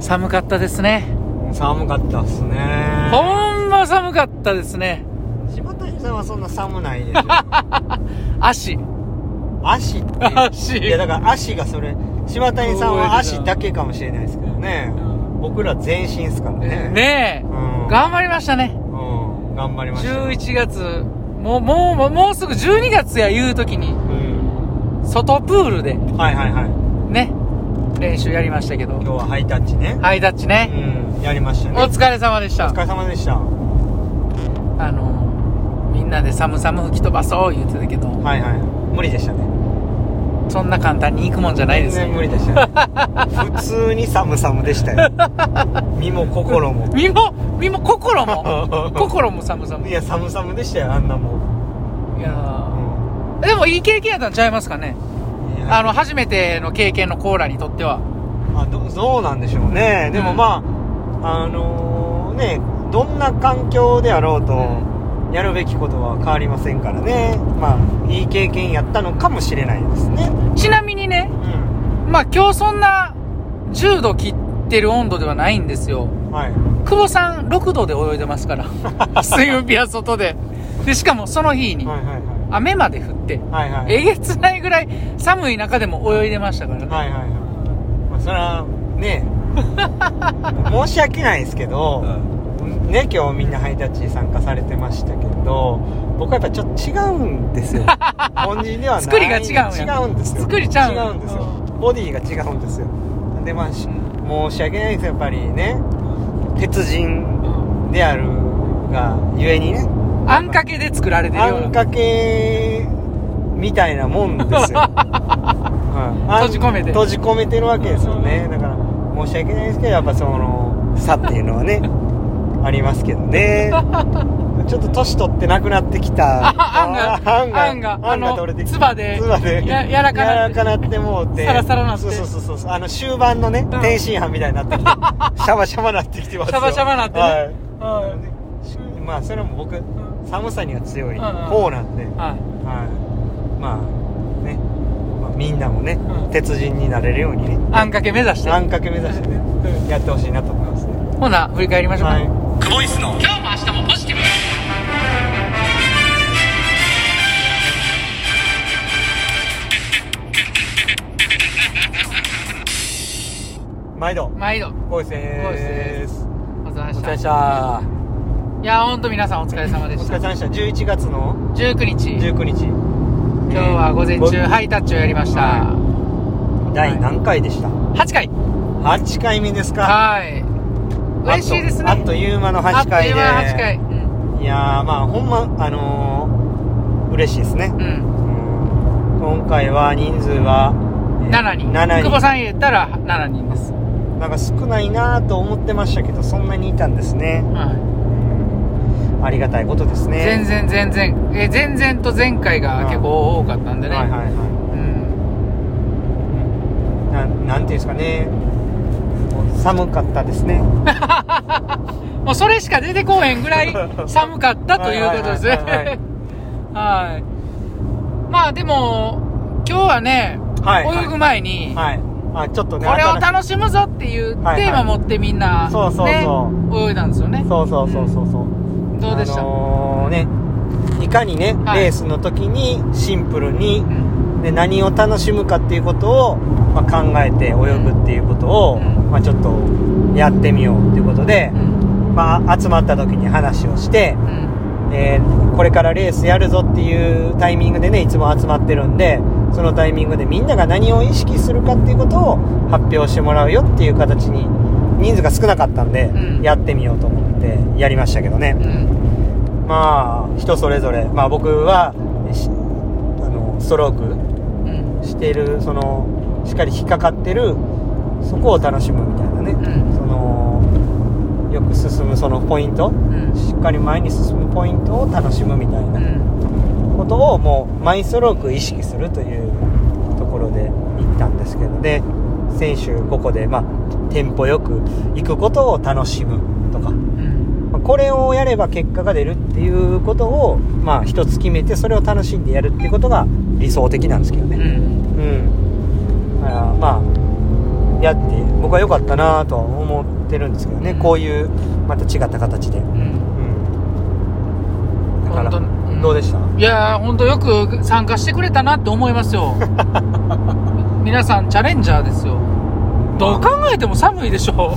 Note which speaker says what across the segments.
Speaker 1: 寒かったですね。
Speaker 2: 寒かったっすね
Speaker 1: ほんま寒かったですね。
Speaker 2: 柴田さんはそんな寒な いでしょ
Speaker 1: 足。
Speaker 2: 足って
Speaker 1: 足
Speaker 2: いやだから足がそれ柴谷さんは足だけかもしれないですけどね僕ら全身っすからね
Speaker 1: ねえ
Speaker 2: う。ん
Speaker 1: 頑張りましたね。
Speaker 2: うん頑張りました
Speaker 1: 11月、もう、もう、もうもうすぐ12月や言うときに、
Speaker 2: うん
Speaker 1: 外プールで、
Speaker 2: はいはいはい
Speaker 1: ね、練習やりましたけど
Speaker 2: 今。日はハイタッチね
Speaker 1: ハイタッチね。
Speaker 2: うんやりました
Speaker 1: お
Speaker 2: ね
Speaker 1: 疲れ様でし
Speaker 2: お
Speaker 1: た
Speaker 2: 疲。れ様でしたは
Speaker 1: あの、みんなで寒々吹き飛ばそう言ってたけど、
Speaker 2: いはい無理でしたね
Speaker 1: そんな簡単に行くもんじゃないです
Speaker 2: 全然
Speaker 1: ね。
Speaker 2: 無理でしたね 普通に寒々でしたよ身も心も
Speaker 1: 身も、身も心 も、心も寒々。
Speaker 2: い
Speaker 1: い
Speaker 2: や寒々でしたよあんなもん
Speaker 1: や
Speaker 2: う
Speaker 1: ー
Speaker 2: ん
Speaker 1: でもいい経験やったんちゃいますかね。
Speaker 2: いや
Speaker 1: あの、初めての経験のコーラにとっては。
Speaker 2: あどどうなんでしょうねでも
Speaker 1: うん
Speaker 2: まあ、あのねどんな環境であろうとやるべきことは変わりませんからねまあいい経験やったのかもしれないですね
Speaker 1: ちなみにね、
Speaker 2: うん
Speaker 1: まあ今日そんな10度切ってる温度ではないんですよ。
Speaker 2: はい
Speaker 1: 久保さん6度で泳いでます から。水分ピア外で。で、しかもその日に
Speaker 2: はいはいは
Speaker 1: 雨まで降って、
Speaker 2: いはいはい
Speaker 1: えげつないぐらい寒い中でも泳いでましたからね。
Speaker 2: はいはいはいまあそれは ね申し訳ないですけど、ね今日みんなハイタッチに参加されてましたけど僕はやっぱちょっと違うんです よ本人ではない
Speaker 1: 作りが違うんや
Speaker 2: 違うんですよ
Speaker 1: 作りちゃうんや
Speaker 2: 違うんですよボディが違うんですよでまあし申し訳ないですやっぱりね鉄人であるがゆえにね
Speaker 1: あんかけで作られてるよ
Speaker 2: あ
Speaker 1: うな。
Speaker 2: んかけみたいなも んですよ、はいあ
Speaker 1: 閉
Speaker 2: ん
Speaker 1: じ込めて
Speaker 2: 閉じ込めてるわけですよねだから申し訳ないですけどやっぱその差っていうのはね ありますけどねちょっと年取ってなくなってきた
Speaker 1: ああんが
Speaker 2: あんが
Speaker 1: あんが
Speaker 2: あん
Speaker 1: あ
Speaker 2: が
Speaker 1: の
Speaker 2: 取れてきた
Speaker 1: つばで
Speaker 2: つばで
Speaker 1: ややらかなって
Speaker 2: やらかなってもうて
Speaker 1: さらさらなって
Speaker 2: そうそうそうそうそうあの終盤のね
Speaker 1: うん
Speaker 2: 天津飯みたいになっ てきてシャバシャバなってきてますよ
Speaker 1: シャバシャバなってね
Speaker 2: はい
Speaker 1: は
Speaker 2: まあそれも僕寒さには強い
Speaker 1: うんうん
Speaker 2: 方なんで、
Speaker 1: はい。
Speaker 2: はい、まあね、まあ、みんなもね、
Speaker 1: うん
Speaker 2: 鉄人になれるようにね
Speaker 1: あんかけ目指して。
Speaker 2: あんかけ目指してね
Speaker 1: う
Speaker 2: やってほしいなと思いますね
Speaker 1: ほな、振り返りましょうか。
Speaker 2: いクボイスの
Speaker 1: 今日も明日もポジティブ。
Speaker 2: 毎度
Speaker 1: 毎度。
Speaker 2: ボイスでーす
Speaker 1: お疲れ様
Speaker 2: お
Speaker 1: でした
Speaker 2: 疲れ様で。した
Speaker 1: いや、ほんと皆さんお疲れ様
Speaker 2: お
Speaker 1: でし
Speaker 2: 疲
Speaker 1: た
Speaker 2: れ。様でした11月の
Speaker 1: 19日、
Speaker 2: 19日
Speaker 1: 今日は午前中、
Speaker 2: えー
Speaker 1: ハイタッチをやりました。
Speaker 2: 第何回でした
Speaker 1: 8回。
Speaker 2: 8回目ですか
Speaker 1: はい。嬉しいですね。
Speaker 2: あっという間の8回で
Speaker 1: あっという間8回。うん。
Speaker 2: いやーまあほんまあのー、嬉しいですね、
Speaker 1: うん。
Speaker 2: 今回は人数はえー
Speaker 1: 7人。
Speaker 2: 7人
Speaker 1: 久保さん入れたら7人です。
Speaker 2: なんか少ないなと思ってましたけどそんなにいたんですね
Speaker 1: はい。
Speaker 2: ありがたいことですね
Speaker 1: 全然全然、え、全然と前回が結構多かったんでね。
Speaker 2: はいはいは
Speaker 1: うん。
Speaker 2: いなんなんていうんですかねもう寒かったですね
Speaker 1: もうそれしか出てこうへんぐら い寒かったということですね。
Speaker 2: はいはいはい
Speaker 1: はい。まあでも、今日はね、
Speaker 2: はい
Speaker 1: 泳ぐ前に、
Speaker 2: はいあちょっとね
Speaker 1: これを
Speaker 2: 新し
Speaker 1: 楽しむぞっていうテ
Speaker 2: はい
Speaker 1: ーマ持ってみんな、ね
Speaker 2: そうそうそ
Speaker 1: 泳いだんですよね
Speaker 2: いそうそうそうそうそう
Speaker 1: どうでした、
Speaker 2: あのーねいかにね、
Speaker 1: はい
Speaker 2: レースの時にシンプルに
Speaker 1: う、ん
Speaker 2: で何を楽しむかっていうことを、まあ、考えて泳ぐっていうことを、
Speaker 1: うん
Speaker 2: まあ、ちょっとやってみようっていうことで
Speaker 1: う、ん
Speaker 2: まあ、集まった時に話をして、
Speaker 1: うん
Speaker 2: えーこれからレースやるぞっていうタイミングでねいつも集まってるんでそのタイミングでみんなが何を意識するかっていうことを発表してもらうよっていう形に人数が少なかったんで、
Speaker 1: うん
Speaker 2: やってみようと思ってやりましたけどね
Speaker 1: うん
Speaker 2: まあ人それぞれまあ僕はしあのストロー
Speaker 1: うん
Speaker 2: クしてるそのしっかり引っかかってるそこを楽しむみたいなね、
Speaker 1: うん
Speaker 2: そのよく進むそのポイント
Speaker 1: うん
Speaker 2: しっかり前に進むポイントを楽しむみたいな
Speaker 1: うん
Speaker 2: ことをもうマイストローク意識するというところで行ったんですけどで選手ここで、まあ、テンポよく行くことを楽しむとか、
Speaker 1: うん
Speaker 2: まあこれをやれば結果が出るっていうことを、まあ、一つ決めてそれを楽しんでやるっていうことが理想的なんですけど
Speaker 1: う
Speaker 2: ね。
Speaker 1: ん
Speaker 2: うんだからまあやって僕は良かったなとは思ってるんですけどね、
Speaker 1: うん
Speaker 2: こういうまた違った形で、
Speaker 1: うん
Speaker 2: うん、だか
Speaker 1: 本
Speaker 2: ら
Speaker 1: 当にうん
Speaker 2: どうでした
Speaker 1: いやー本当よく参加してくれたなって思いますよ皆さんチャレンジャーですよどう考えても寒いでしょこ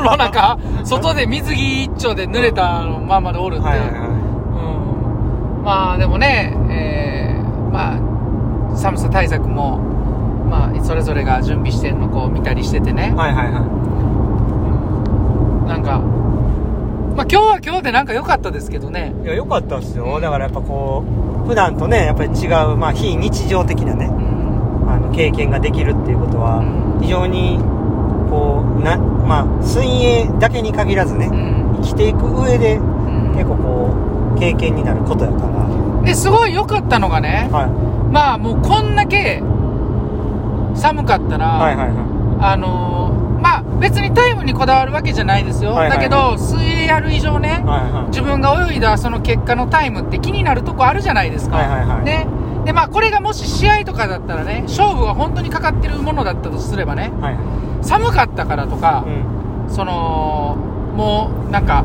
Speaker 1: の中外で水着一丁で濡れたまんまでおるんで、
Speaker 2: はいはいは
Speaker 1: うん、まあでもね、えーまあ、寒さ対策も、まあ、それぞれが準備してるのこう見たりしててね
Speaker 2: い、はいはいは
Speaker 1: なんか、まあ、今日は今日でなんか良かったですけどね、
Speaker 2: いいや良かったですよ、
Speaker 1: うん
Speaker 2: だからやっぱこう普段とねやっぱり違う、まあ、非日常的なね
Speaker 1: うん
Speaker 2: あの経験ができるっていうことは
Speaker 1: うん
Speaker 2: 非常にこうなまあ水泳だけに限らずね
Speaker 1: うん
Speaker 2: 生きていく上で
Speaker 1: うん
Speaker 2: 結構こう経験になることやから
Speaker 1: ですごい良かったのがね、
Speaker 2: はい
Speaker 1: まあもうこんだけ寒かったら、
Speaker 2: はいはいは
Speaker 1: あのーまあ別にタイムにこだわるわけじゃないですよ、
Speaker 2: はいはいは
Speaker 1: だけど
Speaker 2: い
Speaker 1: 水泳やる以上ね、
Speaker 2: いはいはい
Speaker 1: 自分が泳いだその結果のタイムって気になるとこあるじゃないですか、
Speaker 2: はいはいはい
Speaker 1: ねでまあ、これがもし試合とかだったらね勝負が本当にかかってるものだったとすればね
Speaker 2: はい
Speaker 1: 寒かったからとか、
Speaker 2: うん
Speaker 1: そのもうなんか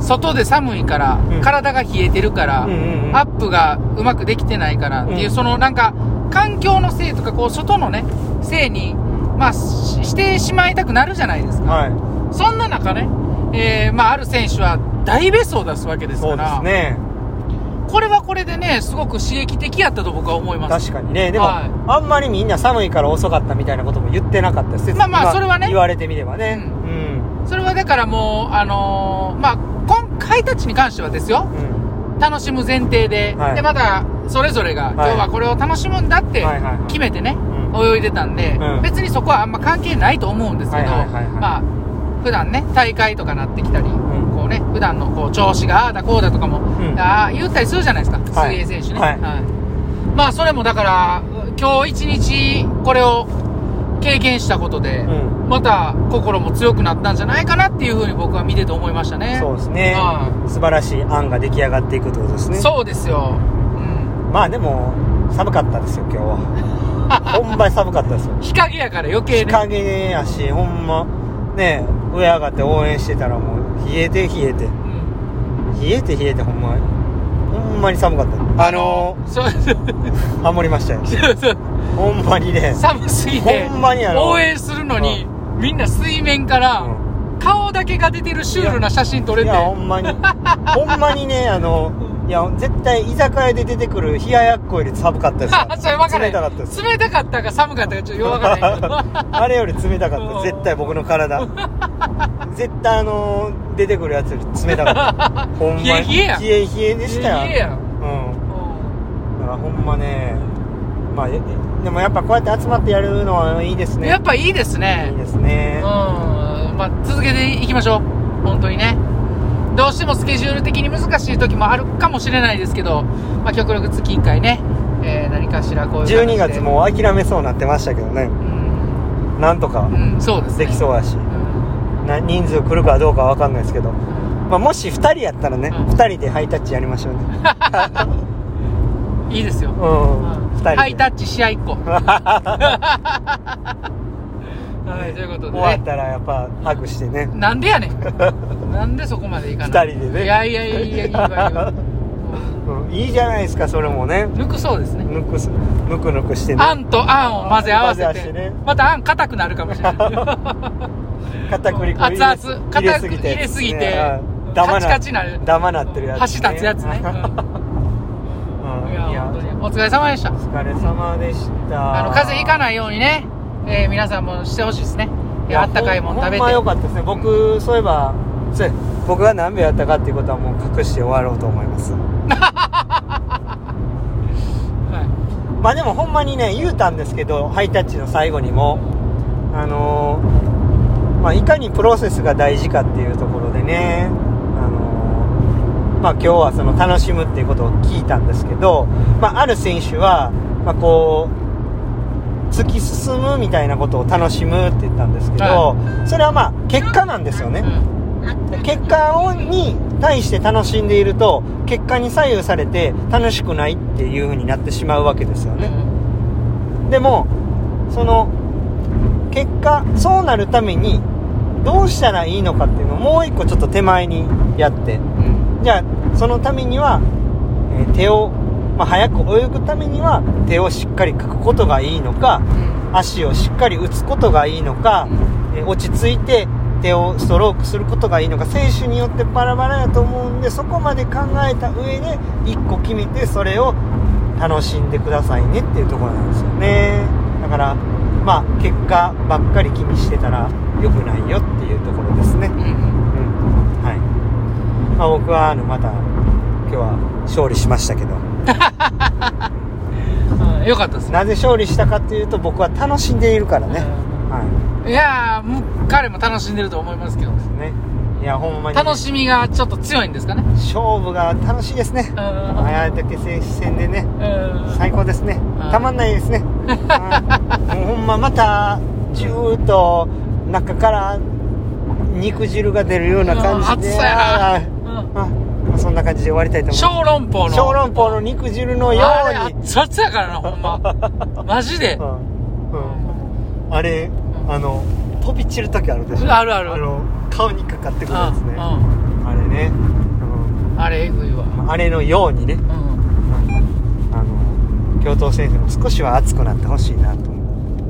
Speaker 1: 外で寒いから、
Speaker 2: うん
Speaker 1: 体が冷えてるから、
Speaker 2: うんうんうん
Speaker 1: アップがうまくできてないからっていう、
Speaker 2: うん
Speaker 1: そのなんか環境のせいとかこう外のねせいに、まあ、ししてしまいたくなるじゃないですか、
Speaker 2: は
Speaker 1: そんな中ね、えーまあ、ある選手は大ベストを出すわけで
Speaker 2: い
Speaker 1: すか
Speaker 2: そうで
Speaker 1: ら
Speaker 2: すね
Speaker 1: これはこれでねすごく刺激的やったと僕は思います
Speaker 2: 確かにねでも、
Speaker 1: はい
Speaker 2: あんまりみんな寒いから遅かったみたいなことも言ってなかったです
Speaker 1: まあまあ
Speaker 2: 今
Speaker 1: それはね
Speaker 2: 言われてみればね
Speaker 1: う
Speaker 2: うん
Speaker 1: それはだからもうあのーまあ今ハイタッチに関してはですよ
Speaker 2: うん
Speaker 1: 楽しむ前提で、
Speaker 2: はい
Speaker 1: でまたそれぞれが今日はこれを楽しむんだって
Speaker 2: はいはいはい
Speaker 1: 決めてね、
Speaker 2: うん
Speaker 1: 泳いでたんで、
Speaker 2: うん
Speaker 1: 別にそこはあんま関係ないと思うんですけど、
Speaker 2: はいはいはいはい
Speaker 1: まあ普段ね大会とかなってきたり、
Speaker 2: ん
Speaker 1: こうね普段のこう調子がああだこうだとかも、
Speaker 2: うん
Speaker 1: ああ言ったりするじゃないですか、
Speaker 2: はい
Speaker 1: 水泳選手ね、
Speaker 2: はい
Speaker 1: まあそれもだから今日一日これを経験したことで、
Speaker 2: う
Speaker 1: また心も強くなったんじゃないかなっていうふうに僕は見てて思いましたね
Speaker 2: そうですね
Speaker 1: は
Speaker 2: 素晴らしい案が出来上がっていくってことですね
Speaker 1: そうですよ、うん、
Speaker 2: まあでも寒かったですよ今日は ほんまに寒かったですよ
Speaker 1: 日陰やから余計
Speaker 2: 日
Speaker 1: ね
Speaker 2: 陰やしほんまね上上がって応援してたらもう冷えて冷えて
Speaker 1: うん
Speaker 2: 冷えて冷えてほんまほんまに寒かったあの
Speaker 1: そう
Speaker 2: ー、ハモりましたよ
Speaker 1: そうそう
Speaker 2: ほんまにね
Speaker 1: 寒すぎて
Speaker 2: ほんまにやろ
Speaker 1: 応援するのに、みんな水面から顔だけが出てるシュールな写真撮
Speaker 2: うん
Speaker 1: れ
Speaker 2: い
Speaker 1: て
Speaker 2: やほんまにほんまにねあのいや絶対居酒屋で出てくる冷ややっこより寒かったですか ら
Speaker 1: それ分から
Speaker 2: 冷たかったです
Speaker 1: 冷たかったか寒かったかちょっとよく分からないけど
Speaker 2: あれより冷たか
Speaker 1: う
Speaker 2: っ
Speaker 1: ん
Speaker 2: た絶対僕の体絶対あのー出てくるやつより冷た かったほんまに
Speaker 1: 冷え冷えやん
Speaker 2: 冷え冷 えでしたよ
Speaker 1: いやいや
Speaker 2: うんんだからほんまねまあえでもやっぱこうやって集まってやるのはいいです
Speaker 1: うん
Speaker 2: ね
Speaker 1: やっぱいいですね
Speaker 2: いいです
Speaker 1: う
Speaker 2: ね
Speaker 1: んまあ続けていきましょう本当にねどうしてもスケジュール的に難しい時もあるかもしれないですけど、まあ、極力月1回ね、えー何かしらこういう形で
Speaker 2: 12月もう諦めそうになってましたけどね
Speaker 1: うん、
Speaker 2: なんとか
Speaker 1: うん、そうですね
Speaker 2: できそうやし
Speaker 1: うん
Speaker 2: な人数来るかどうかわかんないですけど、まあ、もし2人やったらね、
Speaker 1: う
Speaker 2: 二
Speaker 1: ん
Speaker 2: 2人でハイタッチやりましょうね
Speaker 1: いいですよ
Speaker 2: う、ん、2人で
Speaker 1: ハイタッチ試合1個 はいということ
Speaker 2: 終わっ
Speaker 1: でね
Speaker 2: たらやっぱハグしてね
Speaker 1: なんでやねん なんでそこまでいかない
Speaker 2: 二人でね
Speaker 1: いやいやいやいやいいわいいわ
Speaker 2: うんいいじゃないですかそれもね
Speaker 1: 抜くそうですね
Speaker 2: ぬくすぬくぬくして
Speaker 1: あ
Speaker 2: ね
Speaker 1: んとあんを混ぜ合わせ
Speaker 2: 混ぜ合わせ
Speaker 1: て
Speaker 2: てね
Speaker 1: またあん硬くなるかもしれない
Speaker 2: 片栗粉入れ
Speaker 1: 熱々
Speaker 2: 入れすぎて
Speaker 1: 片栗入れすぎて
Speaker 2: はい
Speaker 1: カチカチなる
Speaker 2: ダマなってるやつ、
Speaker 1: 箸立つや つね、うん
Speaker 2: うん
Speaker 1: いや
Speaker 2: いや
Speaker 1: 本当にお疲れ様でした
Speaker 2: お疲れ様でした
Speaker 1: あの風邪ひか
Speaker 2: い
Speaker 1: ないようにね、えー皆さんもしてほしいですねえーあったかいもん食べて
Speaker 2: ほんま良かったですね僕そういえばそうや僕が何秒やったかっていうことはもう隠して終わろうと思います
Speaker 1: は
Speaker 2: まあでもほんまにね言うたんですけどハイタッチの最後にもあのーまあ、いかにプロセスが大事かっていうところでね、あのーまあ、今日はその楽しむっていうことを聞いたんですけど、まあ、ある選手は、まあ、こう突き進むみたいなことを楽しむって言ったんですけど、それはまあ結果なんですよね、
Speaker 1: いうん
Speaker 2: 結果をに対して楽しんでいると結果に左右されて楽しくないっていう風になってしまうわけですよね、でもその結果そうなるためにどうしたらいいのかっていうのをもう一個ちょっと手前にやって
Speaker 1: うん
Speaker 2: じゃあそのためには、えー手を、まあ、早く泳ぐためには手をしっかりかくことがいいのか足をしっかり打つことがいいのか、えー落ち着いて手をストロークすることがいいのか選手によってバラバラやと思うんでそこまで考えた上で1個決めてそれを楽しんでくださいねっていうところなんですよねだからまあ結果ばっかり気にしてたら良くないよっていうところですね、
Speaker 1: うんうん
Speaker 2: はいまあ、僕はあのまた今日は勝利しましたけど
Speaker 1: うんよかったですね
Speaker 2: なぜ勝利したかっていうと僕は楽しんでいるからね、はい
Speaker 1: やーもう彼も楽しんでると思いますけど
Speaker 2: いねいやほんまに
Speaker 1: 楽しみがちょっと強いんですかね
Speaker 2: 勝負が楽しいですね
Speaker 1: うん
Speaker 2: あやだけ選手戦でね
Speaker 1: うん
Speaker 2: 最高ですね
Speaker 1: ん
Speaker 2: たまんないですねはいもうほんままたジューッと中から肉汁が出るような感じ
Speaker 1: うん熱
Speaker 2: で
Speaker 1: そうやな
Speaker 2: あ
Speaker 1: う
Speaker 2: ー
Speaker 1: ん
Speaker 2: あまあそんな感じで終わりたいと思います
Speaker 1: 小籠包の
Speaker 2: 小籠包の肉汁のよ
Speaker 1: あれ
Speaker 2: うに
Speaker 1: 熱々やからなほん まマジで
Speaker 2: うんあれ
Speaker 1: ん
Speaker 2: あの飛び散る時あるでしょ
Speaker 1: あるある
Speaker 2: の顔にかかってくるやつねあ
Speaker 1: う
Speaker 2: れね
Speaker 1: んあれえぐいわ
Speaker 2: うんあれのようにね
Speaker 1: うん
Speaker 2: あの教頭先生も少しは熱くなってほしいなと思,、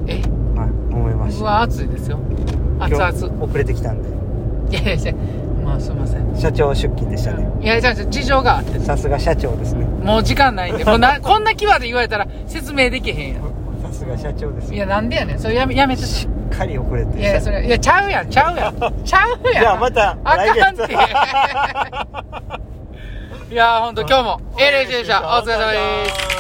Speaker 1: え
Speaker 2: はい、思いまし
Speaker 1: 僕
Speaker 2: た
Speaker 1: は暑いですよ熱
Speaker 2: 今日
Speaker 1: 々
Speaker 2: 遅れてきたんで
Speaker 1: いやいやいやまあすいません
Speaker 2: 社長出勤でしたね
Speaker 1: いやいや事情があって
Speaker 2: さすが社長ですね
Speaker 1: もう時間ないんでこんなこんな際で言われたら説明できへんや
Speaker 2: さすが社長です
Speaker 1: んい
Speaker 2: ね
Speaker 1: やなんでやねんそれやめや めて
Speaker 2: しっかり遅れて
Speaker 1: いやいやそれいやちゃうやんちゃうやんちゃうやん
Speaker 2: じゃあまた
Speaker 1: あ
Speaker 2: 来
Speaker 1: かん
Speaker 2: 月
Speaker 1: っていやほんと今日も LH でしたお疲れ様です